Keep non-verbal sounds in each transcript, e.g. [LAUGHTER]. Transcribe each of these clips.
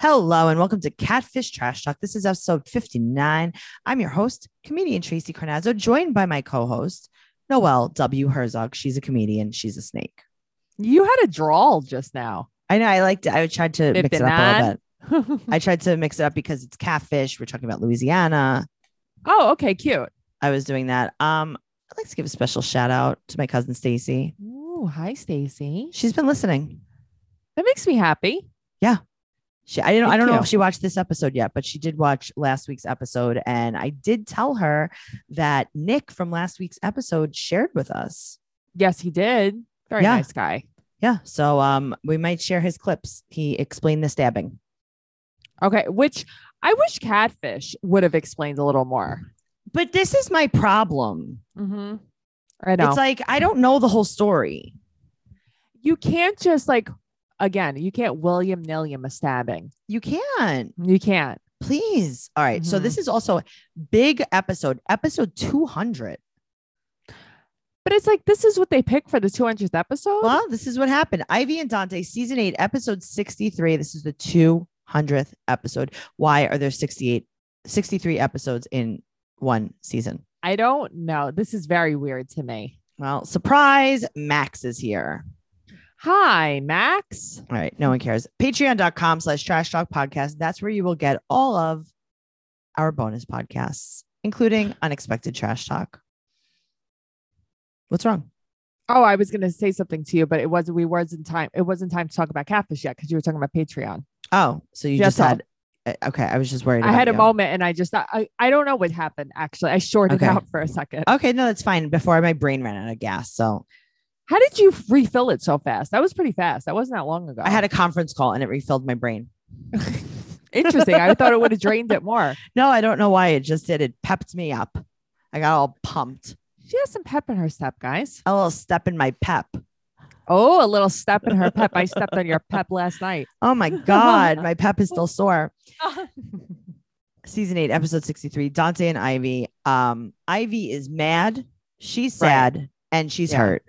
Hello and welcome to Catfish Trash Talk. This is episode 59. I'm your host, comedian Tracy Carnazzo, joined by my co host, Noelle W. Herzog. She's a comedian, she's a snake. You had a drawl [LAUGHS] just now. [LAUGHS] I know I liked it. I tried to mix it up a 59. little bit. Oh, I tried to mix it up because it's catfish. We're talking about Louisiana. oh, okay, cute. I was doing that. Um, I'd like to give a special shout out to my cousin Stacy. Ooh, hi, Stacy. She's been listening. That makes me happy. She, I don't, I Thank don't know you. if she watched this episode yet, but she did watch last week's episode, and I did tell her that Nick from last week's episode shared with us. Yes, he did. Very Yeah. nice guy. Yeah, so um, we might share his clips. He explained the stabbing. Okay, which I wish Catfish would have explained a little more. But this is my problem. Mm-hmm. I know. It's like I don't know the whole story. you can't just like, again, you can't William Nilliam a stabbing. You can't. You can't. Please. All right, So Mhm. this is also a big episode, episode 200. But it's like, this is what they pick for the 200th episode. Well, this is what happened. Ivy and Dante, season eight, episode 63. This is the 200th episode. Why are there 68, 63 episodes in one season? I don't know. This is very weird to me. Well, surprise, Max is here. Hi, Max. All right. No one cares. Patreon.com slash trash talk podcast. That's where you will get all of our bonus podcasts, including unexpected trash talk. What's wrong? Oh, I was gonna say something to you, but it wasn't. We wasn't time. It wasn't time to talk about catfish yet because you were talking about Patreon. Oh, so you Yes, just had. uh, Okay. I was just worried. I about had a you. moment, and I just thought, I I don't know what happened. Actually, I shorted Okay. out for a second. Okay. No, that's fine. Before my brain ran out of gas. So How did you refill it so fast? That was pretty fast. That wasn't that long ago. I had a conference call and it refilled my brain. interesting. I thought it would have drained [LAUGHS] it more. No, I don't know why it just did. It pepped me up. I got all pumped. She has some pep in her step, guys. A little step in my pep. Oh, a little step in her pep. I stepped on your pep last night. Oh [LAUGHS] my God. my pep is still sore. Season eight, episode 63. Dante and Ivy. Um, Ivy is mad. She's Right. sad and she's Yeah. hurt.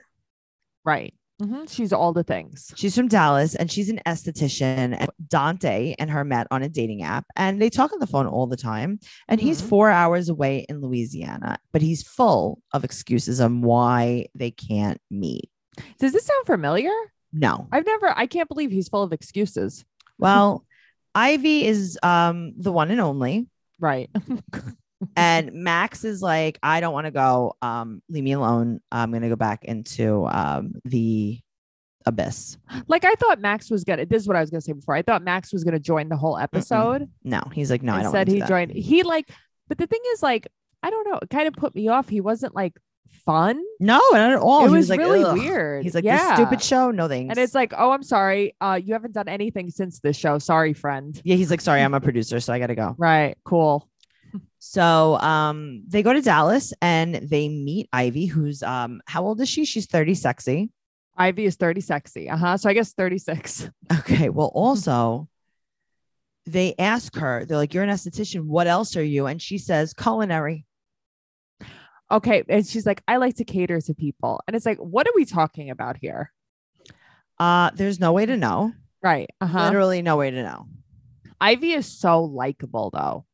right. hmm She's all the things. She's from Dallas and she's an esthetician. And Dante and her met on a dating app and they talk on the phone all the time. And he's Mhm. four hours away in Louisiana, but he's full of excuses on why they can't meet. Does this sound familiar? No. I've never. I can't believe he's full of excuses. Well, Ivy is um, the one and only. Right. [LAUGHS] And Max is like, I don't want to go. Um, leave me alone. I'm going to go back into um, the abyss. Like I thought Max was gonna. This is what I was gonna say before. I thought Max was gonna join the whole episode. No, he's like, no, I don't want Instead, to he do that. joined. He like, but the thing is, like, I don't know. It kind of put me off. He wasn't like fun. No, not at all. it Oh, He was, like, really "Ugh." weird. He's like, yeah. this stupid show. No thanks. and it's like, oh, I'm sorry. Uh, you haven't done anything since this show. Sorry, friend. yeah, he's like, sorry, I'm a producer, so I got to go. Right. Cool. So um, they go to Dallas and they meet Ivy, who's um, how old is she? She's 30, sexy. Ivy is 30 sexy. Uh huh. So I guess 36. Okay. Well, also, they ask her, they're like, you're an esthetician. What else are you? And she says, culinary. [LAUGHS] Okay. And she's like, I like to cater to people. And it's like, what are we talking about here? Uh, there's no way to know. Right. Uh huh. Literally no way to know. Ivy is so likable, though.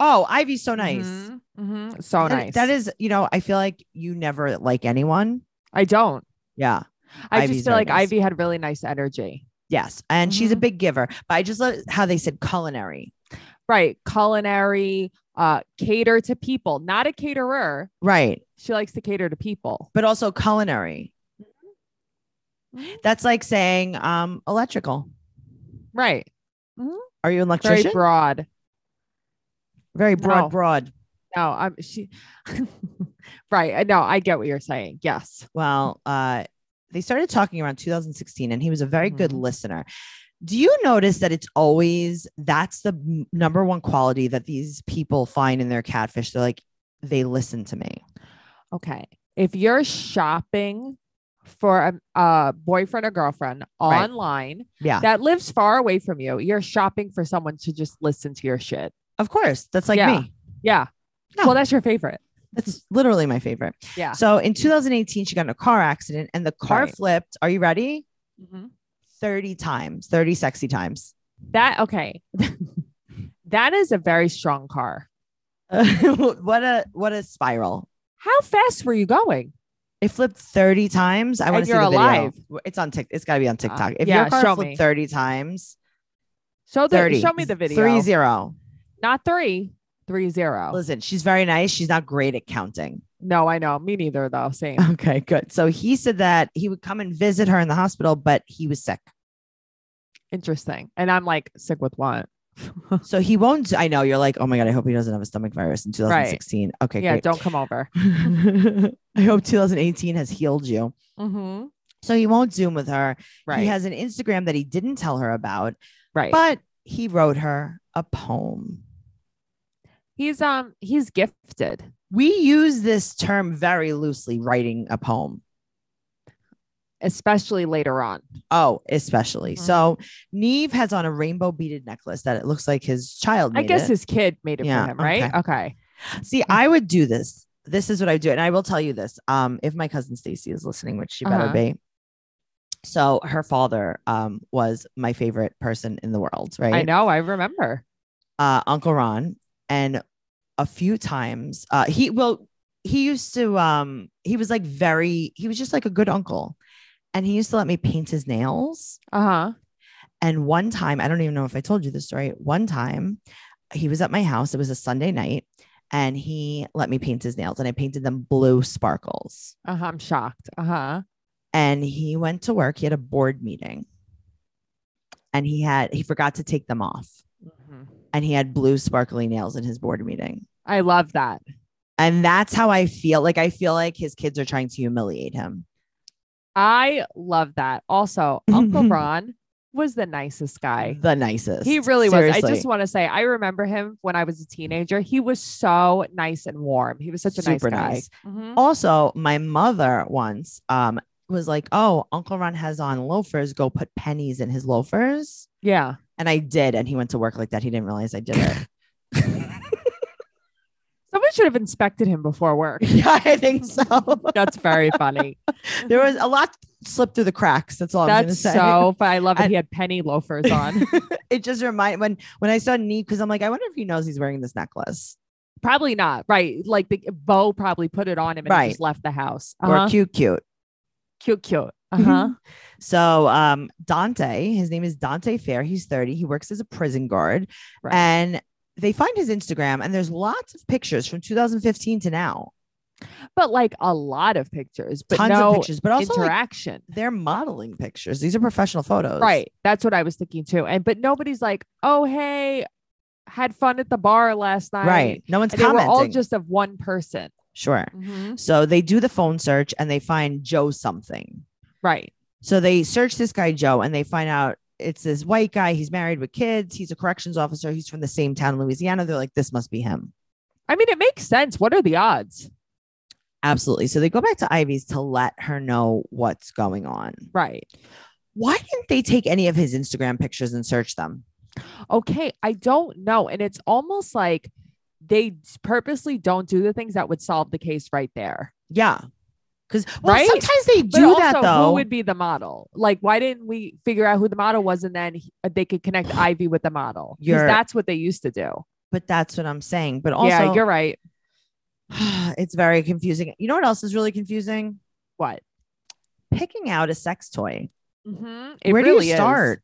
Oh, Ivy's so nice. Mhm, mhm. So Mm-hmm, That- nice. That is, you know, I feel like you never like anyone. I don't. Yeah. I Ivy's just feel very like nice. Ivy had really nice energy. Yes. And she's a Mhm. big giver. But I just love how they said culinary. Right. Culinary, uh, cater to people, not a caterer. Right. She likes to cater to people. But also culinary. Mhm. That's like saying um electrical. Right. Are you an Very electrician? broad. Very broad, No. broad. No, I'm she [LAUGHS] right. I know. I get what you're saying. Yes. Well, uh, they started talking around 2016, and he was a very good Mhm. listener. Do you notice that it's always that's the m- number one quality that these people find in their catfish? They're like, they listen to me. Okay. If you're shopping for a, a boyfriend or girlfriend Right. online Yeah, that lives far away from you, you're shopping for someone to just listen to your shit. of course. That's like Yeah. me. Yeah. No. Well, that's your favorite. [LAUGHS] That's literally my favorite. Yeah. So in 2018, she got in a car accident, and the car Right. Mm-hmm. flipped. Are you ready? Mhm. 30 times, [LAUGHS] 30 sexy times. That okay. [LAUGHS] that is a very strong car. what a what a spiral. How fast were you going? It flipped 30 times. I want And to see you're the video. alive. Ah, It's on tick. It's got to be on TikTok. if yeah, your car show flipped me. 30 times, Show the 30. show me the video. Oh. Three zero. Not three, three zero. Listen, she's very nice. She's not great at counting. [LAUGHS] No, I know. Me neither though. Same. [LAUGHS] Okay, good. So he said that he would come and visit her in the hospital, but he was [LAUGHS] sick. Interesting. And I'm like sick with what? So he won't. I know you're like, oh my God, I hope he doesn't have a stomach virus in 2016. Okay, yeah, great. don't come over. [LAUGHS] I hope 2018 has healed you. Mm-hmm. So he won't Zoom with her. Right. He has an Instagram that he didn't tell her about, right. but he wrote her a poem. he's um he's gifted. We use this term very loosely, writing a poem. especially later on. Oh, especially. Mhm. So Neve has on a rainbow beaded necklace that it looks like his child. I made guess it. his kid made it Yeah, for him, right? Okay. See, I would do this. This is what I would do. And I will tell you this. Um, if my cousin Stacy is listening, which she better Uh-huh. be. So her father um was my favorite person in the world, right? I know. I remember. Uh Uncle Ron. And a few times, uh he well, he used to um he was like very he was just like a good uncle. And he used to let me paint his nails. Uh huh. And one time, I don't even know if I told you this story. One time, he was at my house. It was a Sunday night, and he let me paint his nails, and I painted them blue sparkles. Uh huh. I'm shocked. Uh huh. And he went to work. He had a board meeting, and he had he forgot to take them off, Mm-hmm. and he had blue sparkly nails in his board meeting. I love that. And that's how I feel. Like I feel like his kids are trying to humiliate him. I love that. [LAUGHS] Also, Uncle Ron was the nicest guy. The nicest. He really was. I Seriously. just want to say, I remember him when I was a teenager. He was so nice and warm. He was such a Super nice guy. nice. Mhm. Also, my mother once um was like, "Oh, Uncle Ron has on loafers. Go put pennies in his loafers." Yeah. And I did, and he went to work like that. He didn't realize I did [LAUGHS] it. [LAUGHS] Someone should have inspected him before work. [LAUGHS] yeah, I think so. That's very funny. there was a lot slipped through the cracks. That's all I'm gonna That's say. so. But I love it. I- He had penny loafers on. [LAUGHS] it just reminded when when I saw Neve because I'm like, I wonder if he knows he's wearing this necklace Probably not. Right. Like the Bo probably put it on him and he Right. just left the house. or Uh-huh. cute, cute. Mm-hmm. Cute, cute. Uh huh. Uh-huh. So um, Dante, his name is Dante Fair. He's 30. He works as a prison guard. Right. And they find his Instagram, and there's lots of pictures from 2015 to now. But like a lot of pictures, but Tons no of pictures, but also like, interaction. they're modeling pictures. These are professional photos. right. That's what I was thinking too. And but nobody's like, oh hey, had fun at the bar last night. Right. No one's And they were commenting. Mm-hmm. all just Mm-hmm. of one person. sure. So they do the phone search and they find Joe something. Right. So they search this guy, Joe, and they find out it's this white guy. He's married with kids. He's a corrections officer. He's from the same town, in Louisiana. They're like, this must be him. I mean, it makes sense. What are the odds? Absolutely. So they go back to Ivy's to let her know what's going on. Right. Why didn't they take any of his Instagram pictures and search them? Okay. I don't know. And it's almost like they purposely don't do the things that would solve the case right there. Yeah. Because well, Right? sometimes they But do also, that though. Who would be the model? Like, why didn't we figure out who the model was, and then he- they could connect Ivy with the model? Because You're- that's what they used to do. but that's what I'm saying. But also, yeah, you're right. [SIGHS] it's very confusing. You know what else is really confusing? What? Picking out a sex toy. Mhm. It Where really do is. you start?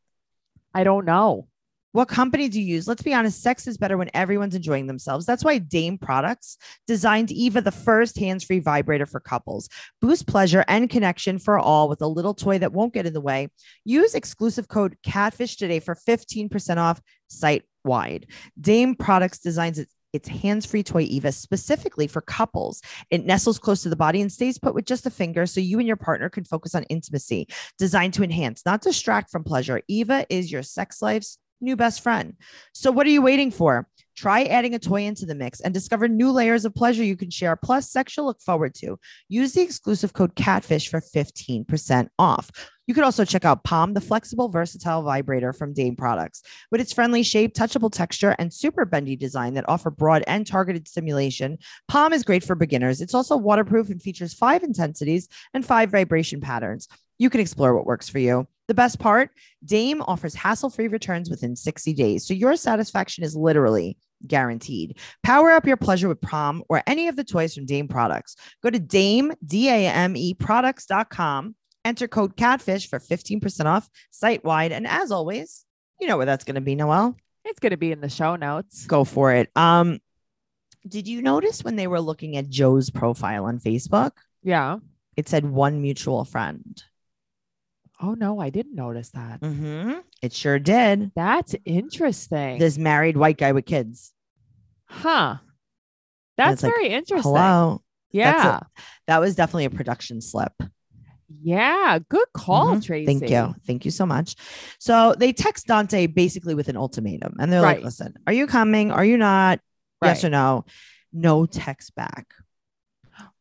I don't know. What company do you use? Let's be honest, sex is better when everyone's enjoying themselves. That's why Dame Products designed Eva the first hands free vibrator for couples. Boost pleasure and connection for all with a little toy that won't get in the way. Use exclusive code CATFISH today for 15% off site wide. Dame Products designs its its hands free toy Eva specifically for couples. It nestles close to the body and stays put with just a finger so you and your partner can focus on intimacy designed to enhance, not distract from pleasure. Eva is your sex life's new best friend. So, what are you waiting for? Try adding a toy into the mix and discover new layers of pleasure you can share, plus sex you'll look forward to. Use the exclusive code CATFISH for 15% off. You could also check out Palm, the flexible, versatile vibrator from Dame Products. With its friendly shape, touchable texture, and super bendy design that offer broad and targeted stimulation, Palm is great for beginners. It's also waterproof and features five intensities and five vibration patterns. You can explore what works for you. The best part Dame offers hassle free returns within 60 days. So your satisfaction is literally guaranteed. Power up your pleasure with prom or any of the toys from Dame products. Go to Dame, D A M E products.com. Enter code CATFISH for 15% off site wide. And as always, you know where that's going to be, Noel. It's going to be in the show notes. Go for it. Um, did you notice when they were looking at Joe's profile on Facebook? Yeah. It said one mutual friend. Oh no, I didn't notice that. Mm-hmm. It sure did. That's interesting. This married white guy with kids. huh. That's it's like, very interesting. Hello. Yeah. That's That was definitely a production slip. Yeah. Good call, Tracy. Mm-hmm. Thank you. Thank you so much. So they text Dante basically with an ultimatum and they're Right. like, listen, are you coming? Are you not? Yes Right. or no? No text back.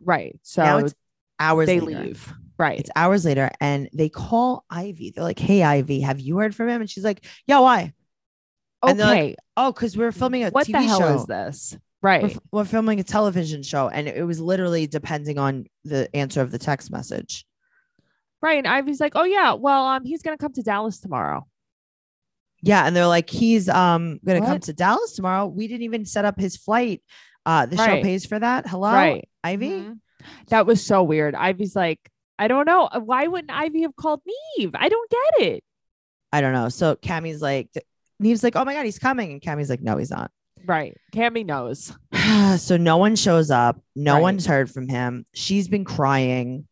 right. now So it's hours they later. leave. Right. It's hours later and they call Ivy. They're like, hey, Ivy, have you heard from him? And she's like, yeah, why? and they're like, okay. Oh, because we're filming a what TV the hell show. is this? We're Right. f- We're filming a television show, and it was literally depending on the answer of the text message. Right. And Ivy's like, oh yeah, well, um, he's gonna come to Dallas tomorrow. Yeah, and they're like, he's um gonna come What? to Dallas tomorrow. We didn't even set up his flight. Uh, the Right. show pays for that. Hello, Right. Ivy. Mhm. That was so weird. Ivy's like, I don't know. Why wouldn't Ivy have called Neve? I don't get it. I don't know. So Cammy's like, th- Neve's like, oh my god, he's coming, and Cammy's like, no, he's not. [SIGHS] Right. Cammy knows. so no one shows up. No Right. one's heard from him. She's been crying.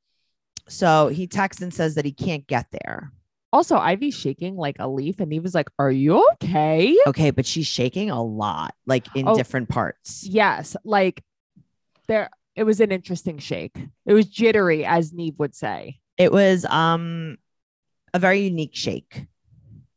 So he texts and says that he can't get there. Also, Ivy's shaking like a leaf, and Neve is like, Are you okay? Okay, but she's shaking a lot, like in Oh. different parts. Yes. Like there it was an interesting shake. It was jittery, as Neve would say. It was um a very unique shake.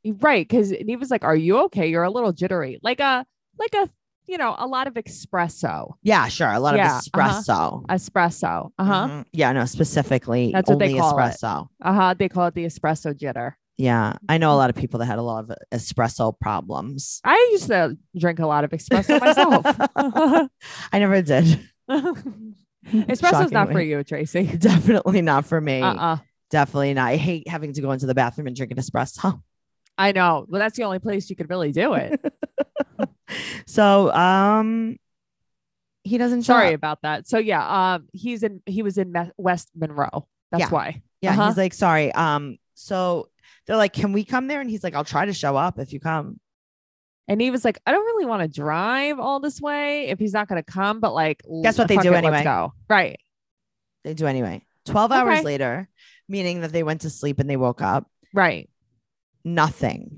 Right. Cause Neve was like, Are you okay? You're a little jittery. Like a like a you know, a lot of espresso. Yeah, sure. A lot Yeah, of uh-huh. espresso. Espresso. Uh-huh. Mhm. Yeah, no, specifically That's what only they call it. espresso. Uh-huh. They call it the espresso jitter. Yeah. I know a lot of people that had a lot of espresso problems. I used to drink a lot of espresso myself. [LAUGHS] I never did. [LAUGHS] Espresso's not for Shockingly. you, Tracy. [LAUGHS] Definitely not for me. Uh-uh. Definitely not. I hate having to go into the bathroom and drink an espresso. [LAUGHS] I know. Well, that's the only place you could really do it. So um he doesn't show Sorry up. about that. So yeah, um, he's in he was in Me- West Monroe. That's Yeah. why. Yeah, Uh-huh. he's like, sorry. Um, so they're like, Can we come there? And he's like, I'll try to show up if you come. And he was like, I don't really want to drive all this way if he's not going to come. But like, l- Guess what they fuck do it, let's anyway. go. Right. They do anyway. 12 hours Okay. later, meaning that they went to sleep and they woke up, Right. nothing.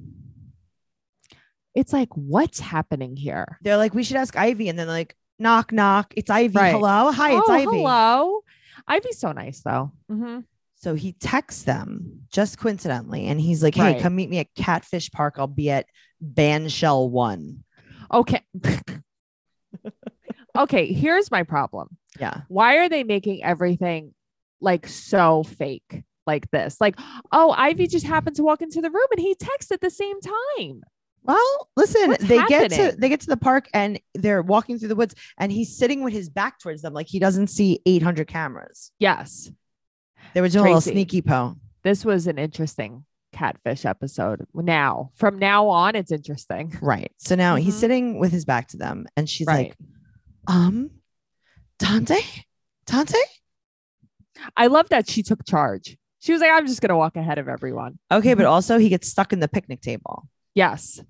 It's like, what's happening here? They're like, we should ask Ivy. And then like, knock, knock. It's Ivy. Right. Hello. Hi, it's oh, Ivy. hello. Ivy's so nice though. Mm-hmm. So he texts them just coincidentally. And he's like, hey, Right. come meet me at Catfish Park. I'll be at Banshell One. Okay. [LAUGHS] okay. Here's my problem. Yeah. why are they making everything like so fake like this? Like, oh, Ivy just happened to walk into the room and he texts at the same time. Well, listen, What's they get to happening? they get to the park and they're walking through the woods and he's sitting with his back towards them like he doesn't see 800 cameras. Yes, They were doing a little Tracy. sneaky po. this was an interesting catfish episode. Now, from now on, it's interesting. Right. So now he's Mhm. sitting with his back to them and she's right. like, um, Dante, Dante. I love that she took charge. She was like, I'm just going to walk ahead of everyone. Okay, but also he gets stuck in the picnic table. Yes.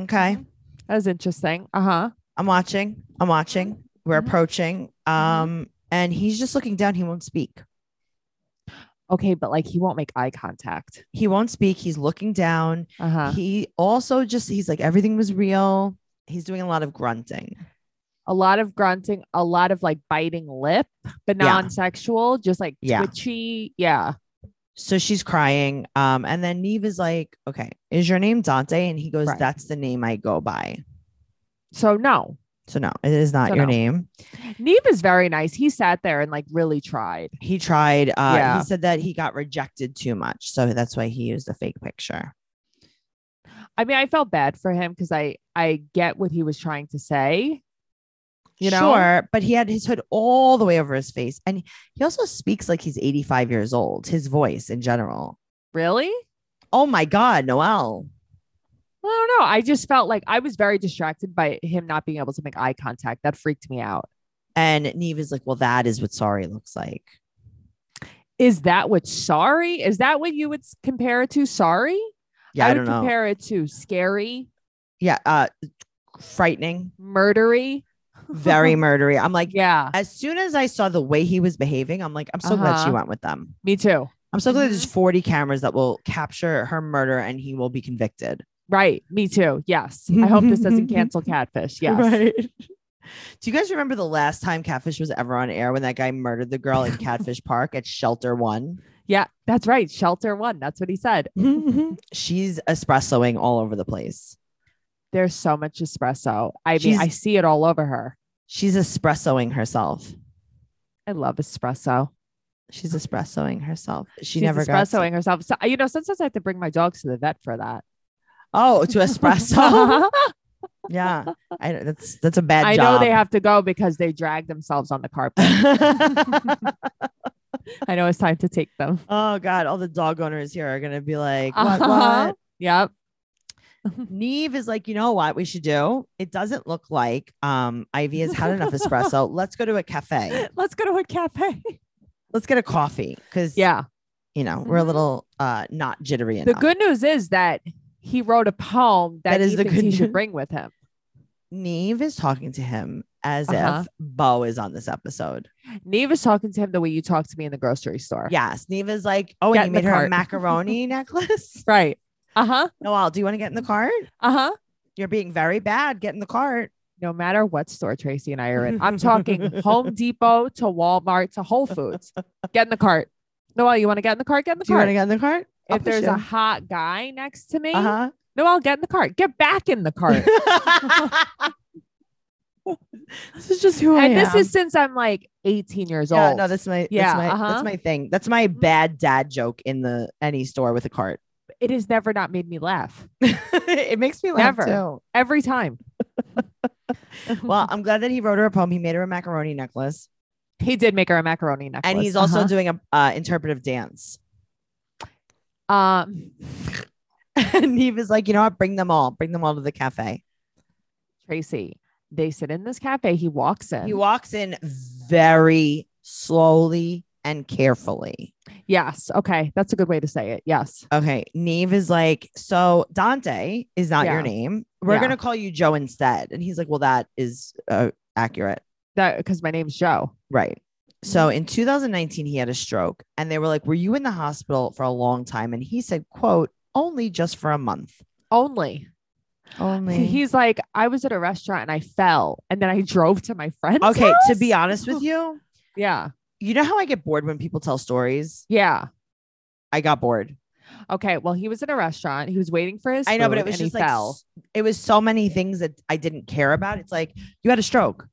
Okay. Mm-hmm. That was interesting. Uh huh. I'm watching. I'm watching. We're Mhm. approaching. Um, and he's just looking down. He won't speak. Okay. But like, he won't make eye contact. He won't speak. He's looking down. Uh huh. He also just he's like everything was real. He's doing a lot of grunting. A lot of grunting, a lot of like biting lip, but Yeah. non sexual, just like Yeah. twitchy. Yeah. So she's crying. Um, and then Neve is like, Okay, is your name Dante? And he goes, Right. That's the name I go by. So no, So no, it is not So your no. name. Neve is very nice. He sat there and like really tried. He tried. Uh, Yeah. He said that he got rejected too much, so that's why he used a fake picture. I mean, I felt bad for him because I I get what he was trying to say, You know? Sure, but he had his hood all the way over his face. And he also speaks like he's 85 years old, his voice in general. Really? Oh my God, Noel. I don't know. I just felt like I was very distracted by him not being able to make eye contact. That freaked me out. And Neve is like, well, that is what sorry looks like. Is that what sorry? Is that what you would s- compare it to? Sorry? Yeah, I, would don't know. compare it to scary, yeah, uh, frightening, murdery. [LAUGHS] very murdery. I'm like, yeah, as soon as I saw the way he was behaving, I'm like, I'm so glad she Uh-huh. Mm-hmm. went with them. me too. I'm so glad there's 40 cameras that will capture her murder and he will be convicted. Right. Me too. Yes. I hope [LAUGHS] this doesn't cancel catfish. Yes. Right. Do you guys remember the last time Catfish was ever on air when that guy murdered the girl in [LAUGHS] Catfish Park at Shelter One? Yeah. That's right. Shelter one. That's what he said. Mm-hmm. She's espressoing all over the place. There's so much espresso. I mean, She's- I see it all over her. She's espressoing herself. I love espresso. She's espressoing herself. She She's never got. espressoing herself. So you know, sometimes I have to bring my dogs to the vet [LAUGHS] for that. Oh, to [LAUGHS] espresso. yeah, I, that's that's a bad I know job. they have to go because they drag themselves on the carpet. [LAUGHS] I know it's time to take them. oh God, all the dog owners here are gonna be like, what, Uh-huh. what? [LAUGHS] Yep. Neve is like, you know what we should do? It doesn't look like um Ivy has had enough [LAUGHS] espresso. Let's go to a cafe. Let's go to a cafe. Let's get a coffee because Yeah. you know we're a Mhm. little uh not jittery The enough. good news is that he wrote a poem that, That is he the thinks good he news. should bring with him. Neve is talking to him as Uh-huh. if Bo is on this episode. Neve is talking to him the way you talked to me in the grocery store. Yes, Neve is like, oh, Get and you in the made her a cart. [LAUGHS] macaroni necklace. [LAUGHS] Right. Uh huh. Noel, do you want to get in the cart? Uh huh. You're being very bad. Get in the cart. No matter what store Tracy and I are in, I'm talking [LAUGHS] Home Depot to Walmart to Whole Foods. Get in the cart. Noel, you want to get in the cart? Get in the Do you cart. want to get in the cart? I'll if push there's you. a hot guy next to me, uh-huh. Noel, get in the cart. Get back in [LAUGHS] the cart. Uh-huh. this is just who I and [LAUGHS] this am. is since I'm like 18 years Oh, yeah, old. no, that's my Yeah, that's my uh-huh. that's my thing. That's my bad dad joke in the any store with a cart. it has never not made me laugh it makes me laugh Never. too. every [LAUGHS] time. Well, I'm glad that he wrote her a poem. He made her a macaroni necklace, he did make her a macaroni necklace, and he's also Uh-huh. doing a uh, interpretive dance. [LAUGHS] um, and Neve is like, you know what? Bring them all. Bring them all to the cafe. Tracy. They sit in this cafe. He walks in. He walks in very slowly and carefully. yes. Okay, that's a good way to say it. Yes. Okay. Neve is like, so Dante is not your Yeah. name. We're Yeah. gonna call you Joe instead. And he's like, well, that is uh, accurate, That because my name's Joe. right? So Mm-hmm. in 2019, he had a stroke, and they were like, were you in the hospital for a long time? And he said, quote, only just for a month. Only. Only. He's like, I was at a restaurant and I fell, and then I [LAUGHS] drove to my friend's. okay. To be house." honest with you, Yeah. you know how I get bored when people tell stories. Yeah. I got bored. Okay. Well, he was in a restaurant. He was waiting for his. I know, but it food, was and he just like fell. s- it was so many things that I didn't care about. It's like you had a stroke.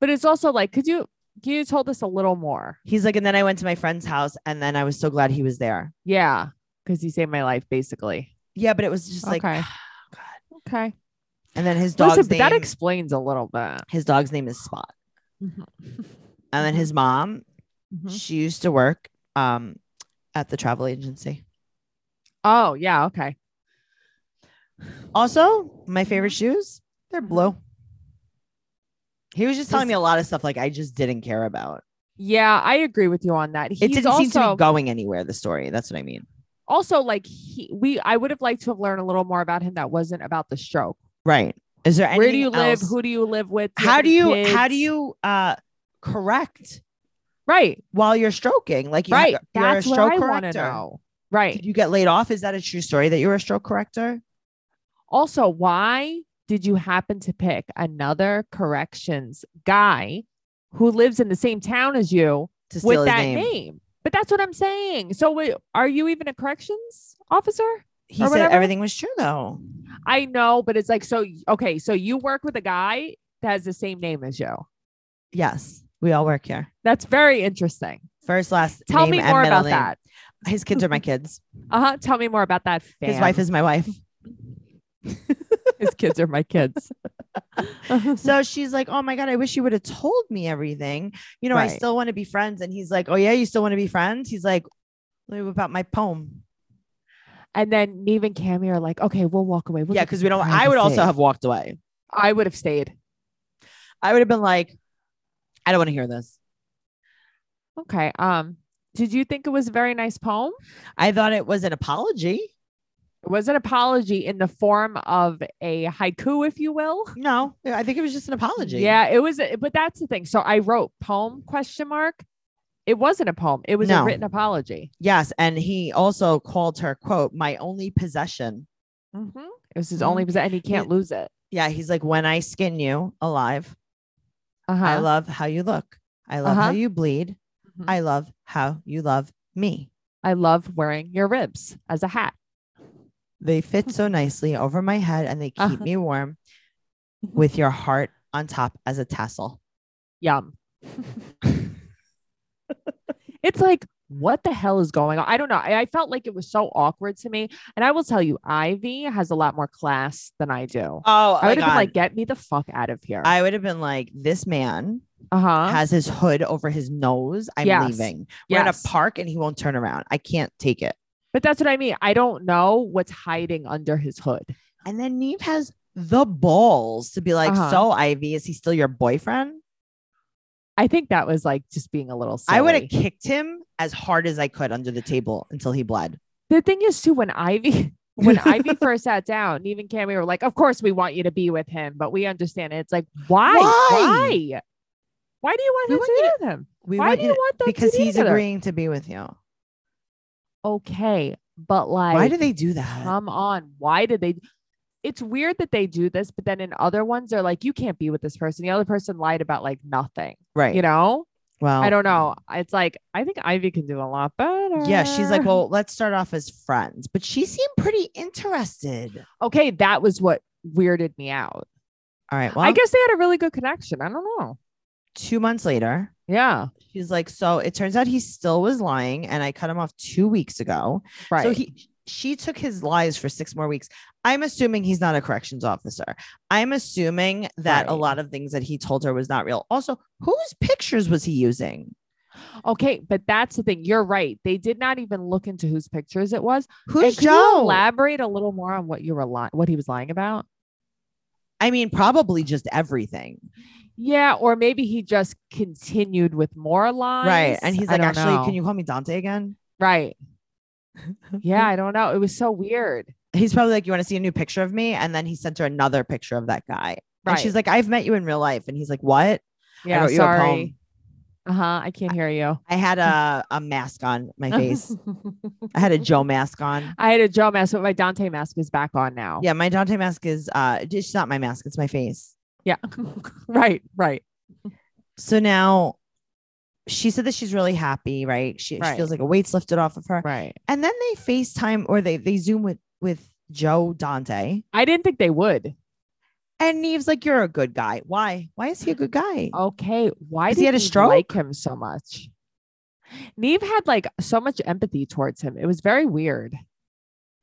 But it's also like, could you could you told us a little more? He's like, and then I went to my friend's house, and then I was so glad he was there. Yeah, because he saved my life basically. Yeah, but it was just like, Okay. God. Okay. And then his dog's Listen, but name, that explains a little bit. his dog's name is Spot, Mhm. [LAUGHS] and then his mom, Mhm. she used to work um at the travel agency. Oh yeah. Okay. Also, my favorite Mhm. shoes, they're Mhm. blue. He was just telling Does- me a lot of stuff like I just didn't care about. Yeah, I agree with you on that. He's It didn't also seem to be going anywhere. The story. That's what I mean. also like he we I would have liked to have learned a little more about him that wasn't about the stroke. Right. Is there anything Where do you live? else? Who do you live with? Do how have do any you how kids? do you uh correct Right. while you're stroking? Like you have- Right. you're a That's what stroke I want to corrector. know. Did Right. you get laid off? Is that a true story that you were a stroke corrector? Also, why did you happen to pick another corrections guy who lives in the same town as you To steal with his that name. name? But that's what I'm saying. So, wait, are you even a corrections officer? He or said whatever? everything was true though. I know, but it's like, so, okay, so you work with a guy that has the same name as you. Yes, we all work here. That's very interesting. First, last. Tell name me and more middle about name. that. His kids are my [LAUGHS] kids. Uh huh. Tell me more about that. His wife fam. is my wife. [LAUGHS] his kids are my kids. so she's like, Oh my God, I wish you would have told me everything. You know, I Right. still want to be friends. And he's like, Oh yeah, you still want to be friends? He's like, What about my poem? and then Neve and Cammy are like, okay, we'll walk away. We'll yeah, get because the we don't I privacy." would also have walked away. I would have stayed. I would have been like, I don't want to hear this. Okay. Um, did you think it was a very nice poem? I thought it was an apology. It was an apology in the form of a haiku, if you will. No, I think it was just an apology. Yeah, it was, a- but that's the thing. So I wrote poem question mark. It wasn't a poem. It was No. a written apology. Yes. And he also called her, quote, my only possession. Mm-hmm. It was his Mhm. only, possess- and he can't lose it. Yeah. He's like, when I skin you alive, Uh-huh. I love how you look. I love how Uh-huh. you bleed. Mhm. I love how you love me. I love wearing your ribs as a hat. They fit so nicely over my head and they keep Uh-huh. Mm-hmm. me warm with your heart on top as a tassel. Yum. it's like, what the hell is going on? I don't know. I, I felt like it was so awkward to me. And I will tell you, Ivy has a lot more class than I do. Oh, I would have been like, get me the fuck out of here. I would have been like, this man Uh huh. has his hood over his nose. I'm Yes. leaving. We're in Yes. a park and he won't turn around. I can't take it. But that's what I mean. I don't know what's hiding under his hood. And then Neve has the balls to be like, Uh-huh. so Ivy, is he still your boyfriend? I think that was like just being a little silly. I would have kicked him as hard as I could under the table until he bled. The thing is, too, when Ivy [LAUGHS] when [LAUGHS] Ivy first sat down, Neve and Cammy were like, "Of course, we want you to be with him, but we understand it." It's like, why, Why? why, why, do you want We him want to you be with him? We Why want do you you to- want them because to be he's together? agreeing to be with you. Okay, but like, Why do they do that? come on? Why did they? It's weird that they do this, but then in other ones, they're like, "You can't be with this person." The other person lied about like nothing, Right. you know. well, I don't know. It's like I think Ivy can do a lot better. Yeah, she's like, "Oh, well, let's start off as friends, but she seemed pretty interested. okay, that was what weirded me out. All right. Well, I guess they had a really good connection. I don't know. two months later, Yeah, she's like, so it turns out he still was lying, and I cut him off two weeks ago. right. So he she took his lies for six more weeks. I'm assuming he's not a corrections officer. I'm assuming that a Right. lot of things that he told her was not real. Also, whose pictures was he using? okay, but that's the thing. You're right. They did not even look into whose pictures it was. Who's And could you Joe? elaborate a little more on what you were lying, what he was lying about? I mean, probably just everything. Yeah, or maybe he just continued with more lies. Right. And he's I like, don't actually, know. can you call me Dante again? [LAUGHS] Right. Yeah, I don't know. It was so weird. He's probably like, You want to see a new picture of me? And then he sent her another picture of that guy. Right. And she's like, I've met you in real life. And he's like, What? yeah, I wrote you a sorry. poem. Uh huh. I can't hear you. I had [LAUGHS] a, a mask on my face. I had a Joe mask on. I had a Joe mask, but my Dante mask is back on now. Yeah, my Dante mask is uh it's not my mask, it's my face. Yeah. [LAUGHS] right. Right. So now she said that she's really happy, right? She, she Right. feels like a weight's lifted off of her. Right. And then they FaceTime or they they zoom with with Joe Dante. I didn't think they would. And Neve's like, You're a good guy. Why? Why is he a good guy? Oh. Okay. Why 'Cause did he had a you stroke? like him so much? Neve had like so much empathy towards him. It was very weird.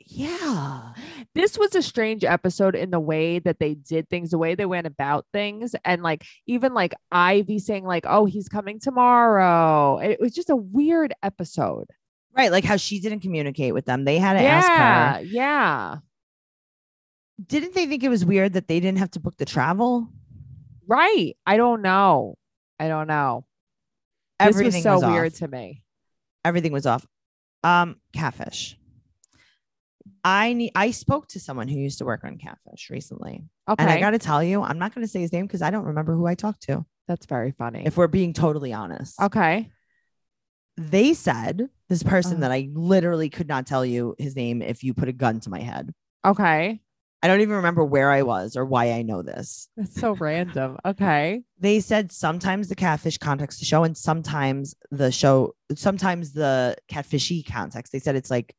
Yeah. This was a strange episode in the way that they did things, the way they went about things. And like even like Ivy saying, like, oh, he's coming tomorrow. It was just a weird episode. Right. Like how she didn't communicate with them. They had to ask yeah. her. Yeah. Didn't they think it was weird that they didn't have to book the travel? Right. I don't know. I don't know. Everything this was so off. weird to me. everything was off. Um, catfish. I need. I spoke to someone who used to work on catfish recently, Okay. and I got to tell you, I'm not going to say his name because I don't remember who I talked to. That's very funny. If we're being totally honest, okay. they said this person Uh. that I literally could not tell you his name if you put a gun to my head. Okay. I don't even remember where I was or why I know this. That's so random. Okay. They said sometimes the catfish contacts the show, and sometimes the show, sometimes the catfishy context. They said it's like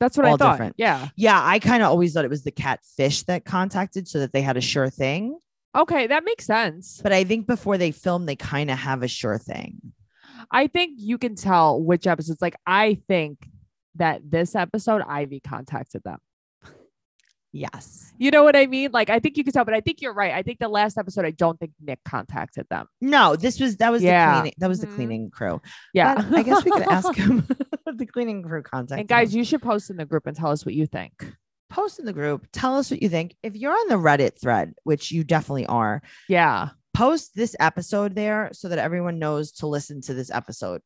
That's what All I thought. different. Yeah. Yeah, I kind of always thought it was the catfish that contacted so that they had a sure thing. Okay. That makes sense. But I think before they film, they kind of have a sure thing. I think you can tell which episodes. Like, I think that this episode, Ivy contacted them. Yes. You know what I mean? Like, I think you can tell, but I think you're right. I think the last episode, I don't think Nick contacted them. No, this was that was Yeah. the cleaning that was Mhm. the cleaning crew. Yeah. But I guess we could [LAUGHS] ask him [LAUGHS] the cleaning crew contact. and guys, you should post in the group and tell us what you think. post in the group. Tell us what you think. If you're on the Reddit thread, which you definitely are, Yeah. post this episode there so that everyone knows to listen to this episode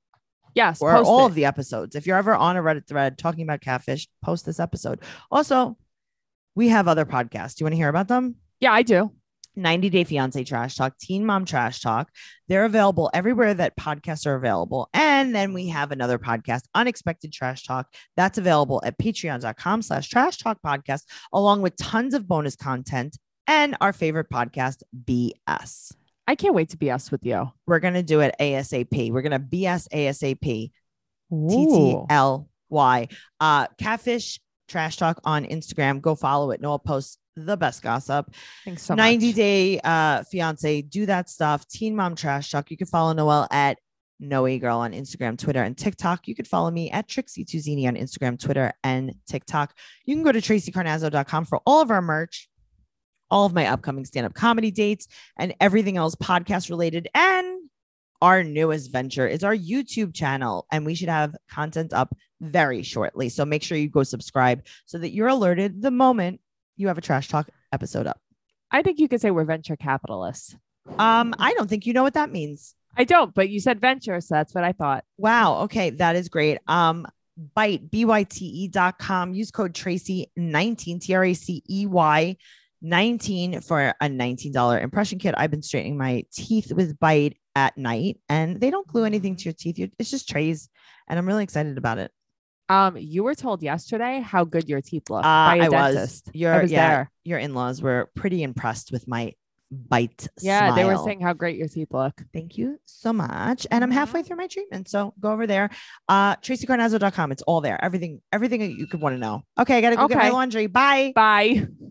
Yes. or post all it. of the episodes. If you're ever on a Reddit thread talking about catfish, post this episode. Also, we have other podcasts. Do you want to hear about them? Yeah, I do. 90 Day Fiance Trash Talk, Teen Mom Trash Talk. They're available everywhere that podcasts are available. And then we have another podcast, Unexpected Trash Talk. That's available at patreon.com slash trash talk podcast, along with tons of bonus content and our favorite podcast, BS. I can't wait to be us with you. We're going to do it ASAP. We're going to BS ASAP, Ooh. TTLY. Uh, Catfish Trash Talk on Instagram. Go follow it. Noah posts the best gossip. Thanks so 90 much. day uh fiance do that stuff teen mom trash talk you can follow noel at noe girl on instagram twitter and tiktok you could follow me at trixie tuzini on instagram twitter and tiktok you can go to tracycarnazzo.com for all of our merch all of my upcoming stand-up comedy dates and everything else podcast related and our newest venture is our YouTube channel, and we should have content up very shortly. So make sure you go subscribe so that you're alerted the moment you have a trash talk episode up. I think you could say we're venture capitalists. Um, I don't think you know what that means. I don't, but you said venture, so that's what I thought. Wow. Okay, that is great. Um, bite b-y-t-e E dot com. Use code Tracy nineteen t r a c e y nineteen for a nineteen dollar impression kit. I've been straightening my teeth with Bite at night, and they don't glue anything to your teeth. You- It's just trays, and I'm really excited about it. Um, you were told yesterday how good your teeth look Uh, by a I was. dentist. Your I was yeah, there. your in laws were pretty impressed with my bite. Yeah, they were smile. saying how great your teeth look. Thank you so much. And I'm Mhm. halfway through my treatment. So go over there. Uh tracycarnazzo.com. It's all there. Everything, everything that you could want to know. Okay, I gotta go get my Okay. laundry. Bye. Bye.